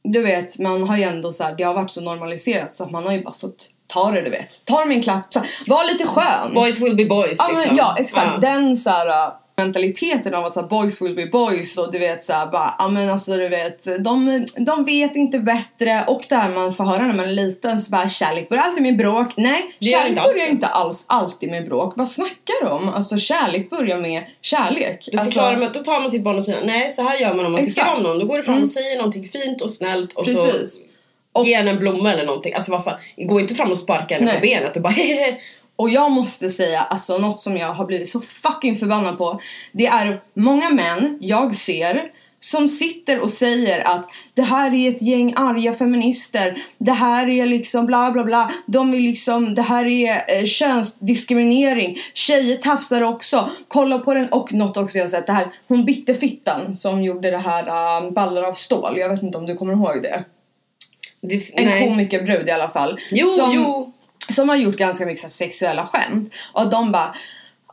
[SPEAKER 1] du vet, man har ju ändå så här, det har varit så normaliserat så att man har ju bara fått ta det, du vet. Ta det med en klapp, så här, var lite skön.
[SPEAKER 2] Boys will be boys
[SPEAKER 1] ja,
[SPEAKER 2] liksom.
[SPEAKER 1] men, ja, exakt.
[SPEAKER 2] Ja.
[SPEAKER 1] Den så här äh, mentaliteten av att så här, boys will be boys och du vet så här bara, ja men alltså du vet, de, de vet inte bättre och det här man får höra när man är liten så bara kärlek börjar alltid med bråk. Nej,
[SPEAKER 2] Det gör
[SPEAKER 1] kärlek
[SPEAKER 2] inte alls
[SPEAKER 1] börjar
[SPEAKER 2] det.
[SPEAKER 1] inte alls alltid med bråk. Vad snackar du om? Alltså kärlek börjar med kärlek.
[SPEAKER 2] Du
[SPEAKER 1] alltså,
[SPEAKER 2] förklarar med att då tar man sitt barn och säger nej så här gör man om man
[SPEAKER 1] Exakt.
[SPEAKER 2] tycker om någon. Då går du fram
[SPEAKER 1] Mm.
[SPEAKER 2] och säger någonting fint och snällt och
[SPEAKER 1] Precis.
[SPEAKER 2] så ger henne en blomma eller någonting. Alltså vad fan, gå inte fram och sparka henne
[SPEAKER 1] Nej.
[SPEAKER 2] på benet och bara hehehe.
[SPEAKER 1] Och jag måste säga, alltså något som jag har blivit så fucking förbannad på Det är många män jag ser som sitter och säger att det här är ett gäng arga feminister Det här är liksom bla bla bla De är liksom, det här är eh, könsdiskriminering Tjejer tafsar också, kolla på den och något också jag har sett det här Hon bittefittan som gjorde det här eh, ballar av stål Jag vet inte om du kommer ihåg det?
[SPEAKER 2] Det, f-
[SPEAKER 1] En
[SPEAKER 2] nej.
[SPEAKER 1] komikerbrud i alla fall
[SPEAKER 2] Jo,
[SPEAKER 1] som,
[SPEAKER 2] jo.
[SPEAKER 1] som har gjort ganska mycket så här sexuella skämt och de bara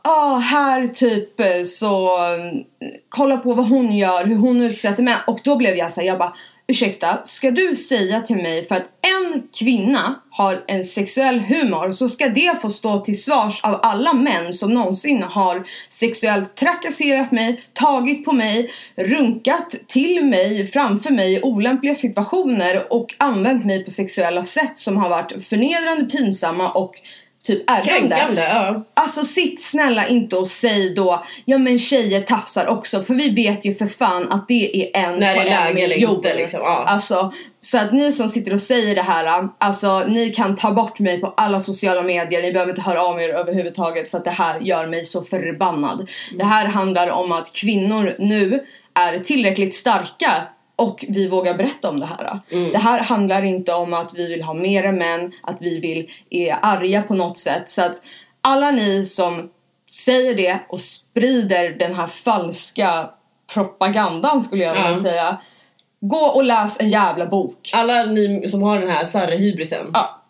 [SPEAKER 1] Ja, här typ eh, så mm, kolla på vad hon gör, hur hon utsätter mig. Och då blev jag så här, jag bara ursäkta, ska du säga till mig för att en kvinna har en sexuell humor så ska det få stå till svars av alla män som någonsin har sexuellt trakasserat mig, tagit på mig, runkat till mig, framför mig i olämpliga situationer och använt mig på sexuella sätt som har varit förnedrande, pinsamma och typ ärrande.
[SPEAKER 2] Kränkande, ja.
[SPEAKER 1] Alltså sitt snälla inte och säg då, ja men tjejer tafsar också för vi vet ju för fan att det är en
[SPEAKER 2] När det
[SPEAKER 1] på
[SPEAKER 2] är
[SPEAKER 1] en
[SPEAKER 2] läge eller
[SPEAKER 1] miljon.
[SPEAKER 2] inte liksom. Ja.
[SPEAKER 1] Alltså, så att ni som sitter och säger det här, alltså ni kan ta bort mig på alla sociala medier, ni behöver inte höra av er överhuvudtaget för att det här gör mig så förbannad. Det här handlar om att kvinnor nu är tillräckligt starka och vi vågar berätta om det här. Det här handlar inte om att vi vill ha mer män, att vi vill är arga på något sätt. Så att alla ni som säger det och sprider den här falska propagandan skulle jag vilja
[SPEAKER 2] Ja.
[SPEAKER 1] säga. Gå och läs en jävla bok.
[SPEAKER 2] Alla ni som har den här sarre-hybrisen,
[SPEAKER 1] Ja,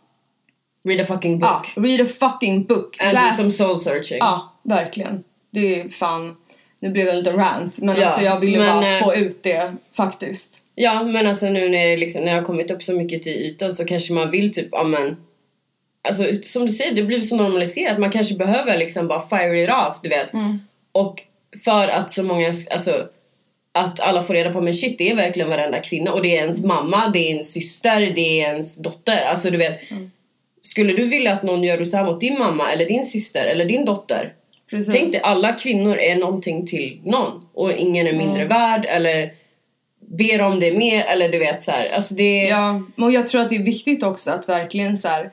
[SPEAKER 2] read a fucking book.
[SPEAKER 1] ja. Read a fucking book.
[SPEAKER 2] And
[SPEAKER 1] läs.
[SPEAKER 2] do some soul searching.
[SPEAKER 1] Ja, verkligen. Det är fan. Nu blev det en liten rant. Men
[SPEAKER 2] Ja,
[SPEAKER 1] alltså jag ville
[SPEAKER 2] men,
[SPEAKER 1] bara
[SPEAKER 2] eh,
[SPEAKER 1] få ut det faktiskt.
[SPEAKER 2] Ja men alltså nu när det, liksom, när det har kommit upp så mycket till ytan så kanske man vill typ, ja men Alltså som du säger, det blir så normaliserat, man kanske behöver liksom bara fire it off du vet Och för att så många, alltså att alla får reda på men shit det är verkligen varenda kvinna och det är ens mamma, det är ens syster, det är ens dotter Alltså du vet Skulle du vilja att någon gör så här mot din mamma eller din syster eller din dotter?
[SPEAKER 1] Precis.
[SPEAKER 2] Tänk dig, alla kvinnor är någonting till någon och ingen är mindre värd eller ber om det mer eller du vet så här. Alltså det
[SPEAKER 1] Ja, och jag tror att det är viktigt också att verkligen så här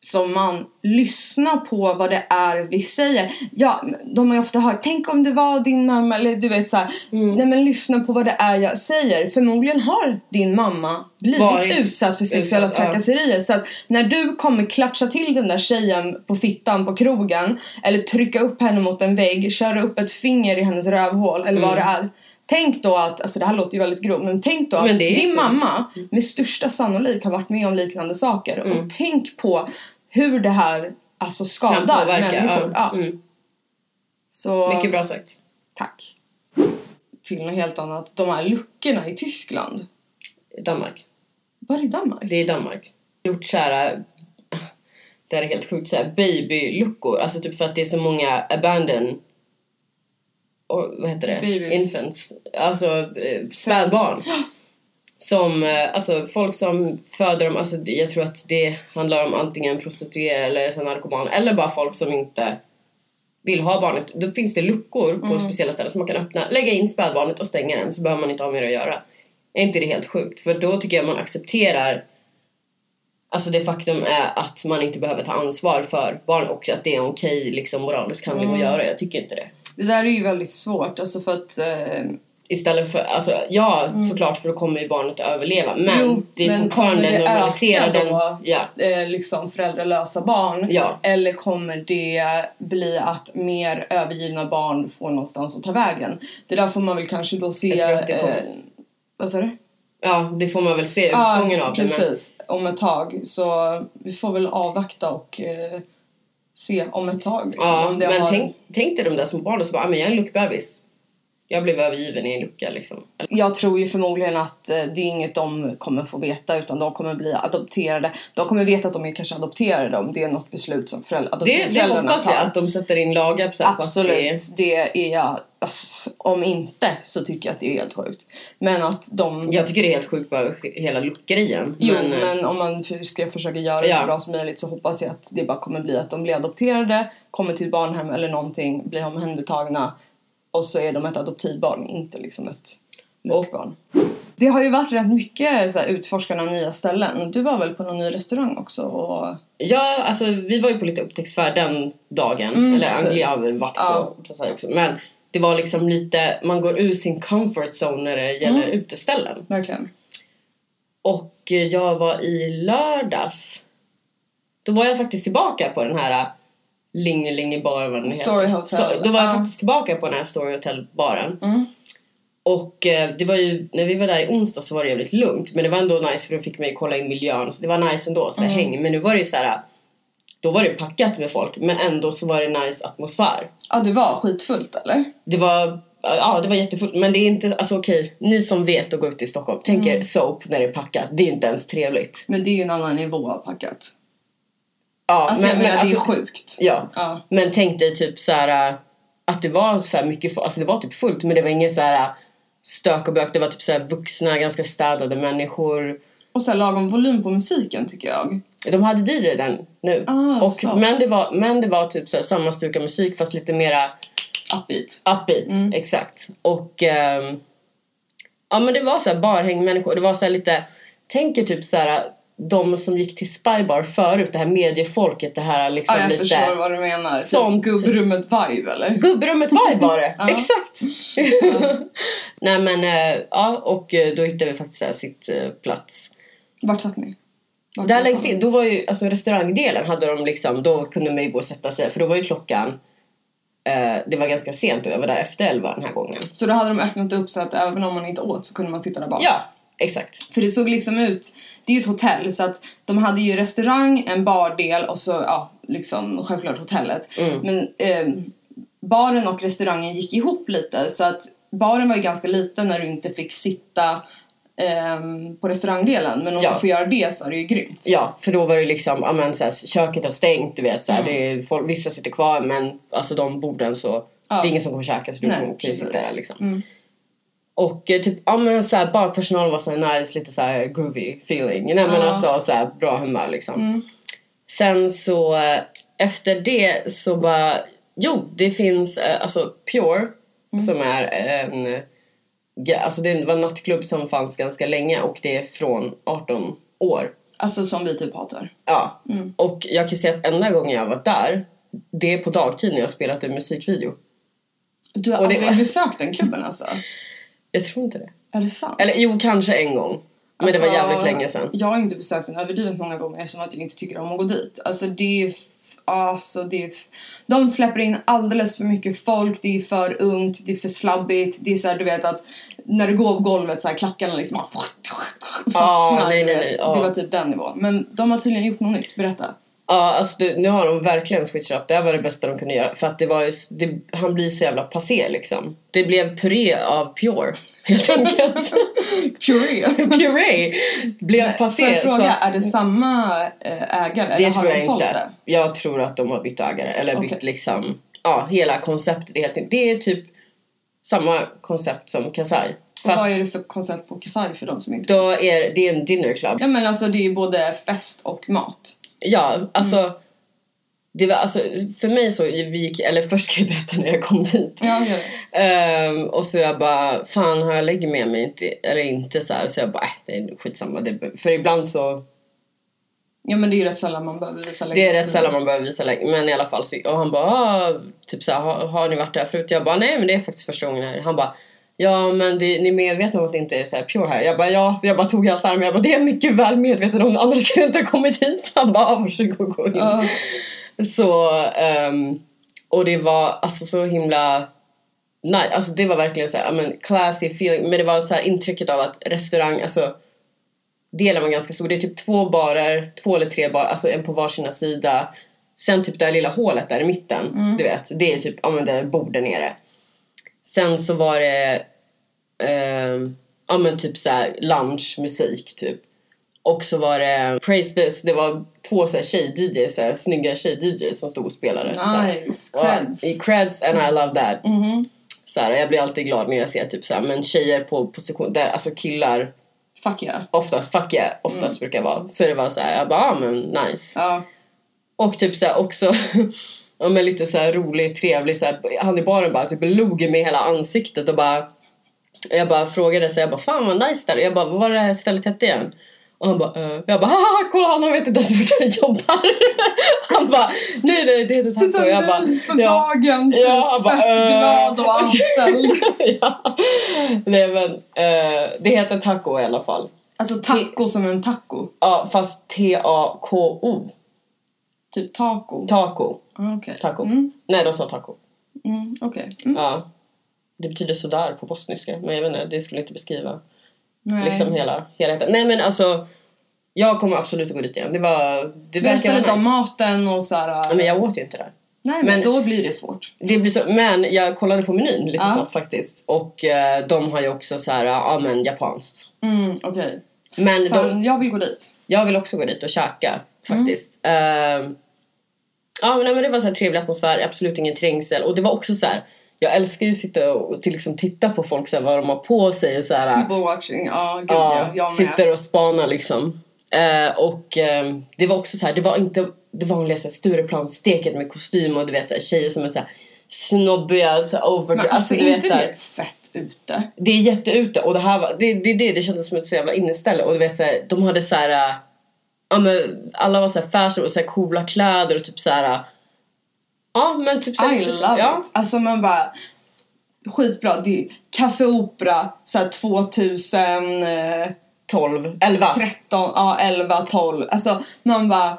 [SPEAKER 1] som man lyssnar på vad det är vi säger. Ja, de har ju ofta hört, tänk om det var din mamma eller du vet så här.
[SPEAKER 2] Mm.
[SPEAKER 1] Nej men lyssna på vad det är jag säger. Förmodligen har din mamma blivit
[SPEAKER 2] Varit
[SPEAKER 1] utsatt för sexuella
[SPEAKER 2] utsatt, ja.
[SPEAKER 1] trakasserier. Så att när du kommer klatscha till den där tjejen på fittan på krogen eller trycka upp henne mot en vägg, köra upp ett finger i hennes rövhål eller vad det
[SPEAKER 2] Mm.
[SPEAKER 1] är. Tänk då att, alltså det här låter ju väldigt grovt, men tänk då
[SPEAKER 2] Men
[SPEAKER 1] att
[SPEAKER 2] det är ju
[SPEAKER 1] din
[SPEAKER 2] så. Mm.
[SPEAKER 1] mamma mamma med största sannolik har varit med om liknande saker. Och tänk på hur det här alltså
[SPEAKER 2] kan
[SPEAKER 1] skadar
[SPEAKER 2] påverka.
[SPEAKER 1] människor. Ja.
[SPEAKER 2] Ja. Mm.
[SPEAKER 1] Så
[SPEAKER 2] Mycket bra sagt.
[SPEAKER 1] tack. Till något helt annat. De här luckorna i Tyskland.
[SPEAKER 2] Danmark.
[SPEAKER 1] Var är Danmark?
[SPEAKER 2] Det är Danmark. Gjort så här. äh, Det här är helt sjukt så här babyluckor. Alltså typ för att det är så många abandon. Och, vad heter det?
[SPEAKER 1] Babies.
[SPEAKER 2] Infants. Alltså eh, spädbarn. Som, eh, alltså folk som föder dem, alltså det- jag tror att det handlar om antingen prostituerade eller så här narkomaner eller bara folk som inte vill ha barnet. Då finns det luckor på speciella ställen som man kan öppna, lägga in spädbarnet och stänga den så behöver man inte ha mer att göra. Är inte det helt sjukt? För då tycker jag man accepterar Alltså det faktum är att man inte behöver ta ansvar för barn och att det är en okej liksom, moralisk handling att göra. Jag tycker inte det.
[SPEAKER 1] Det där är ju väldigt svårt. Alltså för att... Eh,
[SPEAKER 2] Istället för, alltså ja såklart för då kommer ju barnet att överleva men
[SPEAKER 1] Mm. Jo,
[SPEAKER 2] det är
[SPEAKER 1] men
[SPEAKER 2] fortfarande
[SPEAKER 1] kommer det
[SPEAKER 2] normalisera
[SPEAKER 1] öka
[SPEAKER 2] den.
[SPEAKER 1] då?
[SPEAKER 2] Ja.
[SPEAKER 1] eh, liksom föräldralösa barn.
[SPEAKER 2] Ja.
[SPEAKER 1] Eller kommer det bli att mer övergivna barn får någonstans att ta vägen? Det där får man väl kanske då se...
[SPEAKER 2] Jag tror att det kommer.
[SPEAKER 1] eh, vad sa du? Ah,
[SPEAKER 2] ja, det får man väl se utgången av det. Men,
[SPEAKER 1] precis. Om ett tag. Så vi får väl avvakta och eh, se om ett tag. Liksom,
[SPEAKER 2] ja,
[SPEAKER 1] om det
[SPEAKER 2] men
[SPEAKER 1] har-
[SPEAKER 2] tänk, tänk dig de där små barnen som bara, "Ah, men jag är en luckbebis. Jag blev övergiven i en lucka liksom. Eller-
[SPEAKER 1] Jag tror ju förmodligen att eh, det är inget de kommer få veta utan de kommer bli adopterade. De kommer veta att de är kanske adopterade om det är något beslut som föräldrar,
[SPEAKER 2] Det, det
[SPEAKER 1] adoptivföräldrarna
[SPEAKER 2] hoppas jag att de sätter in lagar på så här, på att det-
[SPEAKER 1] Absolut, det är jag. Alltså, om inte så tycker jag att det är helt sjukt. Men att de...
[SPEAKER 2] Jag tycker det är helt sjukt bara hela luckgrejen.
[SPEAKER 1] Jo,
[SPEAKER 2] men,
[SPEAKER 1] men,
[SPEAKER 2] eh,
[SPEAKER 1] om man för- ska försöka göra det
[SPEAKER 2] Ja.
[SPEAKER 1] så bra som möjligt så hoppas jag att det bara kommer bli att de blir adopterade, kommer till barnhem eller någonting, blir omhändertagna och så är de ett adoptivbarn, inte liksom ett luckbarn. Det har ju varit rätt mycket så här, utforskande av nya ställen. Du var väl på någon ny restaurang också? Och...
[SPEAKER 2] Ja, alltså vi var ju på lite upptäcktsfärd den dagen.
[SPEAKER 1] Mm,
[SPEAKER 2] Eller
[SPEAKER 1] precis.
[SPEAKER 2] Anglia har vi varit på
[SPEAKER 1] Ja.
[SPEAKER 2] kan jag säga också. Men det var liksom lite, man går ur sin comfort zone när det gäller
[SPEAKER 1] Mm.
[SPEAKER 2] uteställen.
[SPEAKER 1] Verkligen.
[SPEAKER 2] Och eh, jag var i lördags. Då var jag faktiskt tillbaka på den här äh, Lingelingebar vad den
[SPEAKER 1] Story
[SPEAKER 2] heter.
[SPEAKER 1] Hotel.
[SPEAKER 2] Så, då var jag
[SPEAKER 1] Ja.
[SPEAKER 2] faktiskt tillbaka på den här Story Hotel baren.
[SPEAKER 1] Mm.
[SPEAKER 2] Och eh, det var ju, när vi var där i onsdag så var det jävligt lugnt. Men det var ändå nice för då fick man ju kolla in miljön. Så det var nice ändå, så här,
[SPEAKER 1] Mm.
[SPEAKER 2] häng. Men nu var det ju så här. äh, Då var det packat med folk. Men ändå så var det nice atmosfär.
[SPEAKER 1] Ja, det var skitfullt eller?
[SPEAKER 2] Det var, äh, ja det var jättefullt. Men det är inte, alltså okej. Ni som vet att gå ut i Stockholm. Tänk
[SPEAKER 1] Mm.
[SPEAKER 2] er soap när det är packat. Det är inte ens trevligt.
[SPEAKER 1] Men det är ju en annan nivå av packat.
[SPEAKER 2] Ja,
[SPEAKER 1] Alltså jag menar, det är
[SPEAKER 2] alltså,
[SPEAKER 1] sjukt.
[SPEAKER 2] Ja.
[SPEAKER 1] Ja.
[SPEAKER 2] Men tänk dig typ så här äh, att det var så här mycket folk, alltså det var typ fullt men det var ingen så här äh, stök och bök, det var typ så här vuxna, ganska städade människor.
[SPEAKER 1] Och så här, lagom volym på musiken tycker jag.
[SPEAKER 2] De hade DJ den nu.
[SPEAKER 1] Ah,
[SPEAKER 2] och,
[SPEAKER 1] soft.
[SPEAKER 2] men, det var, men det var typ så här, samma stuka musik fast lite mera Liksom
[SPEAKER 1] Upbeat.
[SPEAKER 2] upbeat.
[SPEAKER 1] Mm.
[SPEAKER 2] Exakt. Och ehm, ja men det var så här barhängmänniskor. Det var så här lite, tänker typ så här de som gick till Spybar förut, det här mediefolket, det här liksom
[SPEAKER 1] Ja, jag
[SPEAKER 2] lite
[SPEAKER 1] förstår vad du menar. Som
[SPEAKER 2] Som-
[SPEAKER 1] gubbrummet-vibe eller?
[SPEAKER 2] Gubbrummet vibe var det,
[SPEAKER 1] Ja.
[SPEAKER 2] exakt! Nej men eh, ja, och eh, då hittade vi faktiskt så här sitt eh, plats.
[SPEAKER 1] Vart satt ni? Vart
[SPEAKER 2] Där
[SPEAKER 1] kom
[SPEAKER 2] längst
[SPEAKER 1] ni?
[SPEAKER 2] in, då var ju alltså restaurangdelen hade de liksom, då kunde man ju gå och sätta sig för då var ju klockan eh, det var ganska sent och jag var där efter elva den här gången.
[SPEAKER 1] Så då hade de öppnat upp så att även om man inte åt så kunde man sitta där bak?
[SPEAKER 2] Ja, exakt.
[SPEAKER 1] För det såg liksom ut, det är ju ett hotell så att de hade ju restaurang, en bardel och så ja, liksom självklart hotellet.
[SPEAKER 2] Mm.
[SPEAKER 1] Men ehm, baren och restaurangen gick ihop lite så att baren var ju ganska liten när du inte fick sitta ehm, på restaurangdelen. Men om
[SPEAKER 2] Ja.
[SPEAKER 1] du får göra det så är det ju grymt.
[SPEAKER 2] Ja, för då var det liksom, ja men såhär, köket har stängt, du vet såhär, det är, folk, vissa sitter kvar men alltså de borden så,
[SPEAKER 1] Ja.
[SPEAKER 2] det är ingen som kommer käka så du
[SPEAKER 1] Nej,
[SPEAKER 2] kommer kan ju
[SPEAKER 1] precis.
[SPEAKER 2] sitta där liksom.
[SPEAKER 1] Mm.
[SPEAKER 2] Och eh, typ, ja men såhär, barpersonalen var så nice, lite såhär groovy feeling, nej men
[SPEAKER 1] Ja.
[SPEAKER 2] alltså såhär bra humör liksom.
[SPEAKER 1] Mm.
[SPEAKER 2] Sen så, eh, efter det så bara, jo det finns eh, alltså Pure
[SPEAKER 1] Mm.
[SPEAKER 2] som är en, ga- alltså det var en nattklubb som fanns ganska länge och det är från 18 år.
[SPEAKER 1] Alltså som vi typ hatar.
[SPEAKER 2] Ja,
[SPEAKER 1] Mm.
[SPEAKER 2] och jag kan säga att enda gången jag var där, det är på dagtid när jag har spelat en musikvideo.
[SPEAKER 1] Du har
[SPEAKER 2] Och det-
[SPEAKER 1] aldrig besökt den klubben alltså?
[SPEAKER 2] Jag tror inte det.
[SPEAKER 1] Är det sant?
[SPEAKER 2] Eller jo, kanske en gång. Men det var
[SPEAKER 1] Alltså,
[SPEAKER 2] jävligt länge sedan.
[SPEAKER 1] Jag har inte besökt den överdrivet många gånger eftersom att jag inte tycker om att gå dit. Alltså det är... f- Alltså det är f- de släpper in alldeles för mycket folk, det är för ungt, det är för slabbigt. Det är så här, du vet att när du går på golvet så här klackarna liksom bara fastnar.
[SPEAKER 2] Ja, nej,
[SPEAKER 1] du
[SPEAKER 2] nej,
[SPEAKER 1] vet.
[SPEAKER 2] nej, ja.
[SPEAKER 1] Det var typ den nivån. Men de har tydligen gjort något nytt, berätta.
[SPEAKER 2] Ja, alltså du, nu har de verkligen switchat upp. Det här var det bästa de kunde göra. För att det var ju, s- det, han blir så jävla passé liksom. Det blev puré av Pure, helt enkelt.
[SPEAKER 1] Puré.
[SPEAKER 2] Puré blev
[SPEAKER 1] Får
[SPEAKER 2] passé.
[SPEAKER 1] jag
[SPEAKER 2] Så
[SPEAKER 1] fråga,
[SPEAKER 2] att,
[SPEAKER 1] är det samma eh, ägare?
[SPEAKER 2] det
[SPEAKER 1] eller har
[SPEAKER 2] tror
[SPEAKER 1] de
[SPEAKER 2] jag
[SPEAKER 1] sålt
[SPEAKER 2] inte.
[SPEAKER 1] det?
[SPEAKER 2] Jag tror att de har bytt ägare. Eller
[SPEAKER 1] Okej.
[SPEAKER 2] bytt liksom, ja, hela konceptet är helt nytt. Det är typ samma koncept som Kasai.
[SPEAKER 1] Och
[SPEAKER 2] Fast
[SPEAKER 1] vad är det för koncept på Kasai för de som inte...
[SPEAKER 2] Då är det är en dinner club.
[SPEAKER 1] Ja men alltså det är ju både fest och mat.
[SPEAKER 2] Ja, alltså.
[SPEAKER 1] Mm.
[SPEAKER 2] Det var, alltså för mig så, vi gick, eller först ska jag berätta när jag kom dit.
[SPEAKER 1] Ja, gör det.
[SPEAKER 2] Ehm, och så jag bara, fan har jag lägger med mig inte, eller inte så här. Så jag bara, äh, det är skitsamma. Det, för ibland så,
[SPEAKER 1] Ja men det är ju rätt sällan man behöver visa längre.
[SPEAKER 2] det är rätt sällan man behöver visa längre. Men i alla fall, så, och han bara, ah, typ så här, har, har ni varit där förut? Jag bara, nej men det är faktiskt första gången här. Han bara, ja men det, ni är medvetna om att det inte är så här pure här? Jag bara, ja. Jag bara tog hans arm och jag bara, det är jag mycket väl medveten om. Annars skulle jag inte ha kommit hit. Han bara, ah, varsågod gå in.
[SPEAKER 1] Ja.
[SPEAKER 2] Så, ehm, och det var alltså så himla nej, alltså det var verkligen så här, ja, men classy feeling, men det var så här intrycket av att restaurang, alltså delen var ganska stor, det är typ två barer, två eller tre barer, alltså en på varsina sida, sen typ det här lilla hålet där i mitten, du vet, det är typ, ja men där borden är det. Sen så var det, ehm, ja men typ så här lounge-musik typ. Och så var det Praise This, det var två så här tjej-DJs, så här, snygga tjej-DJs som stod och spelade. så här.
[SPEAKER 1] Nice,
[SPEAKER 2] Ja,
[SPEAKER 1] creds.
[SPEAKER 2] i creds and I love that.
[SPEAKER 1] Mhm.
[SPEAKER 2] Så här, jag blir alltid glad när jag ser typ så här, men tjejer på position där alltså killar
[SPEAKER 1] Fuck yeah.
[SPEAKER 2] oftast, fuck yeah, oftast brukar vara. Så det var så här, jag bara, ah, men nice.
[SPEAKER 1] Ja.
[SPEAKER 2] Och typ så här också, ja men lite så här rolig, trevlig så här, han i baren bara typ log med hela ansiktet och bara jag bara frågade så här, jag bara fan vad nice där jag bara vad var det här stället hette igen? Och han bara eh. jag bara haha kolla han vet inte ens vart jag jobbar. han bara nej nej det heter taco. Och Jag bara
[SPEAKER 1] Typ för dagen, typ
[SPEAKER 2] Ja, jag bara,
[SPEAKER 1] fett
[SPEAKER 2] eh.
[SPEAKER 1] glad och anställd.
[SPEAKER 2] ja. Nej men eh, det heter taco i alla fall.
[SPEAKER 1] Alltså taco som en taco.
[SPEAKER 2] Ja fast T-A-K-O.
[SPEAKER 1] Typ taco.
[SPEAKER 2] Taco.
[SPEAKER 1] ah, okej.
[SPEAKER 2] Taco.
[SPEAKER 1] Mm,
[SPEAKER 2] Nej de sa taco.
[SPEAKER 1] mm, okej. Mm.
[SPEAKER 2] Ja. Det betyder sådär på bosniska men jag vet inte, det skulle inte beskriva
[SPEAKER 1] Nej.
[SPEAKER 2] liksom hela helheten. Nej men alltså jag kommer absolut att gå dit igen. Det var, det verkar
[SPEAKER 1] Berätta
[SPEAKER 2] vara
[SPEAKER 1] lite om
[SPEAKER 2] nice.
[SPEAKER 1] maten och så här.
[SPEAKER 2] Ja, Men jag åt ju inte där.
[SPEAKER 1] Nej men,
[SPEAKER 2] men-
[SPEAKER 1] då blir det svårt.
[SPEAKER 2] Det blir så, men jag kollade på menyn lite
[SPEAKER 1] Ja.
[SPEAKER 2] snabbt faktiskt och eh, de har ju också så här, ja men japanskt.
[SPEAKER 1] Mm, okej.
[SPEAKER 2] Men de,
[SPEAKER 1] Fan, jag vill gå dit.
[SPEAKER 2] Jag vill också gå dit och käka faktiskt. Ehm, ja, men, nej, men det var så här trevlig atmosfär, absolut ingen trängsel. Och det var också så här. Jag älskar ju att sitta och till, liksom, titta på folk, så här, vad de har på sig och så här.
[SPEAKER 1] People watching, ja Mm. gud
[SPEAKER 2] ja,
[SPEAKER 1] ja. Jag med.
[SPEAKER 2] sitter och spanar liksom. Eh, och eh, det var också så här, det var inte det vanliga så här, Stureplanssteket med kostym och du vet så här, tjejer som är så här, snobbiga, så här, over,
[SPEAKER 1] Men alltså,
[SPEAKER 2] alltså du
[SPEAKER 1] inte
[SPEAKER 2] vet
[SPEAKER 1] det
[SPEAKER 2] så här,
[SPEAKER 1] är fett ute.
[SPEAKER 2] det är jätteute och det här var, det, det, det, det kändes som ett så jävla inneställe och du vet såhär, de hade såhär, äh, ja men alla var såhär fashion och såhär coola kläder och typ såhär, äh, ja men typ såhär
[SPEAKER 1] I
[SPEAKER 2] lite
[SPEAKER 1] love
[SPEAKER 2] så- ja.
[SPEAKER 1] it. Alltså man bara skitbra. Det är Café Opera så här 2000 eh,
[SPEAKER 2] 12, 11.
[SPEAKER 1] 13, ja 11, 12. Alltså man bara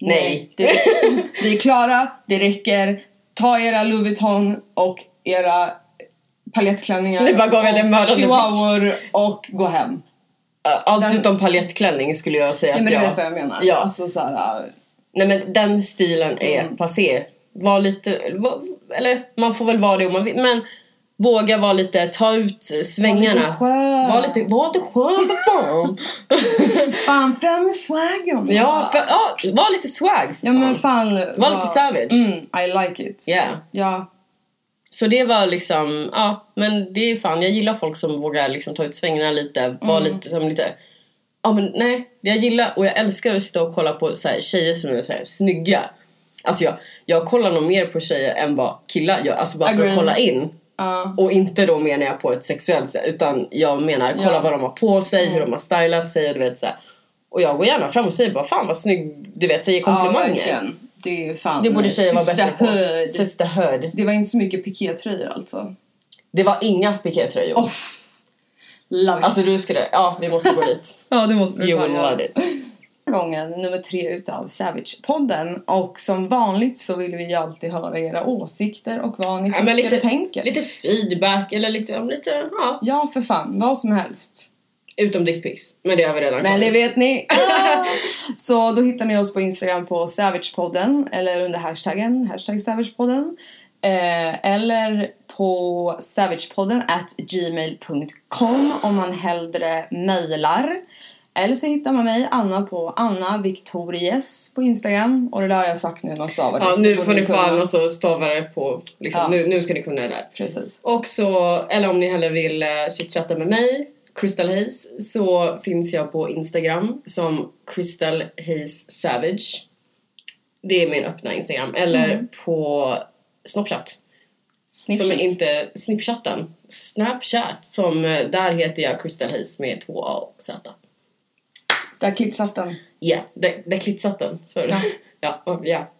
[SPEAKER 2] Nej.
[SPEAKER 1] Det, vi är klara, det räcker. Ta era Louis Vuitton och era paljettklänningar.
[SPEAKER 2] Nu bara gav jag dig en mördande
[SPEAKER 1] och Chihuahuor och gå hem.
[SPEAKER 2] Äh, Allt
[SPEAKER 1] Den-
[SPEAKER 2] utom paljettklänning skulle jag säga
[SPEAKER 1] Ja, men
[SPEAKER 2] att
[SPEAKER 1] du
[SPEAKER 2] jag,
[SPEAKER 1] vet vad jag menar.
[SPEAKER 2] Ja.
[SPEAKER 1] Alltså så här, eh,
[SPEAKER 2] nej men den stilen är
[SPEAKER 1] Mm.
[SPEAKER 2] passé. Var lite, var, eller man får väl vara det om man vill, men våga vara lite, ta ut svängarna.
[SPEAKER 1] skön.
[SPEAKER 2] Var lite, var lite skön, vad fan.
[SPEAKER 1] fan fram med swaggern.
[SPEAKER 2] ja, för, ja, var lite swag. för
[SPEAKER 1] ja men
[SPEAKER 2] fan.
[SPEAKER 1] fan.
[SPEAKER 2] Var lite savage.
[SPEAKER 1] Mm, I like it.
[SPEAKER 2] Yeah.
[SPEAKER 1] Ja.
[SPEAKER 2] Så det var liksom, ja men det är fan, jag gillar folk som vågar liksom ta ut svängarna lite, vara
[SPEAKER 1] Mm.
[SPEAKER 2] lite som lite Ja men nej, jag gillar och jag älskar att sitta och kolla på så här, tjejer som är så här, snygga Alltså jag, jag kollar nog mer på tjejer än vad killar gör, alltså bara för
[SPEAKER 1] Agree.
[SPEAKER 2] att kolla in
[SPEAKER 1] ja.
[SPEAKER 2] Och inte då menar jag på ett sexuellt sätt utan jag menar kolla
[SPEAKER 1] Ja. Mm.
[SPEAKER 2] vad de har på sig, hur de har stylat sig och du vet så här. Och jag går gärna fram och säger bara fan vad snygg, du vet säger komplimanger
[SPEAKER 1] verkligen. Det är fan
[SPEAKER 2] Det borde tjejer vara bättre på
[SPEAKER 1] höjd.
[SPEAKER 2] Sista höjd
[SPEAKER 1] Det var inte så mycket pikétröjor alltså.
[SPEAKER 2] Det var inga pikétröjor
[SPEAKER 1] Off. Love it.
[SPEAKER 2] Alltså du skulle, ja vi måste gå dit.
[SPEAKER 1] ja, det måste
[SPEAKER 2] You
[SPEAKER 1] fan
[SPEAKER 2] will
[SPEAKER 1] göra.
[SPEAKER 2] love it.
[SPEAKER 1] Den här gången nummer tre utav Savage-podden. Och som vanligt så vill vi ju alltid höra era åsikter och vad ni
[SPEAKER 2] Ja,
[SPEAKER 1] tycker
[SPEAKER 2] men lite-
[SPEAKER 1] och tänker.
[SPEAKER 2] Lite feedback eller lite, ja, men lite ja.
[SPEAKER 1] Ja, för fan. Vad som helst.
[SPEAKER 2] Utom dickpics. Men det har vi redan
[SPEAKER 1] Men det
[SPEAKER 2] kollat.
[SPEAKER 1] vet ni! så då hittar ni oss på Instagram på Savagepodden eller under hashtaggen hashtag Savagepodden. Eh, eller på savagepodden at gmail.com om man hellre mejlar. Eller så hittar man mig, Anna, på Anna Victories på Instagram. Och det där har jag sagt nu när jag stavar det,
[SPEAKER 2] Ja
[SPEAKER 1] så
[SPEAKER 2] nu
[SPEAKER 1] borde
[SPEAKER 2] får ni fan
[SPEAKER 1] kunna.
[SPEAKER 2] alltså stava det på, liksom,
[SPEAKER 1] Ja.
[SPEAKER 2] nu, nu ska ni kunna det där.
[SPEAKER 1] Precis.
[SPEAKER 2] Och så, eller om ni hellre vill uh, chitchatta med mig, Crystal Hayes, så finns jag på Instagram som Crystal Hayes Savage. Det är min öppna Instagram. Eller
[SPEAKER 1] Mm.
[SPEAKER 2] på Snapchat. Som är
[SPEAKER 1] Snitchigt.
[SPEAKER 2] inte Snipchatten. Snapchat. Som, eh, där heter jag Crystal Hayes med två A och Z.
[SPEAKER 1] Där klicksatt den.
[SPEAKER 2] Ja, där där klitsatt den. Sorry. Ja. ja, ja.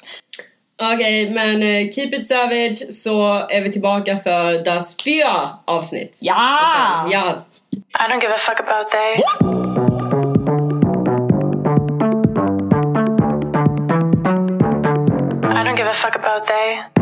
[SPEAKER 2] Okej, men eh, keep it savage så är vi tillbaka för das fyra avsnitt.
[SPEAKER 1] Ja!
[SPEAKER 2] Yes.
[SPEAKER 3] I don't give a fuck about they. I don't give a fuck about they.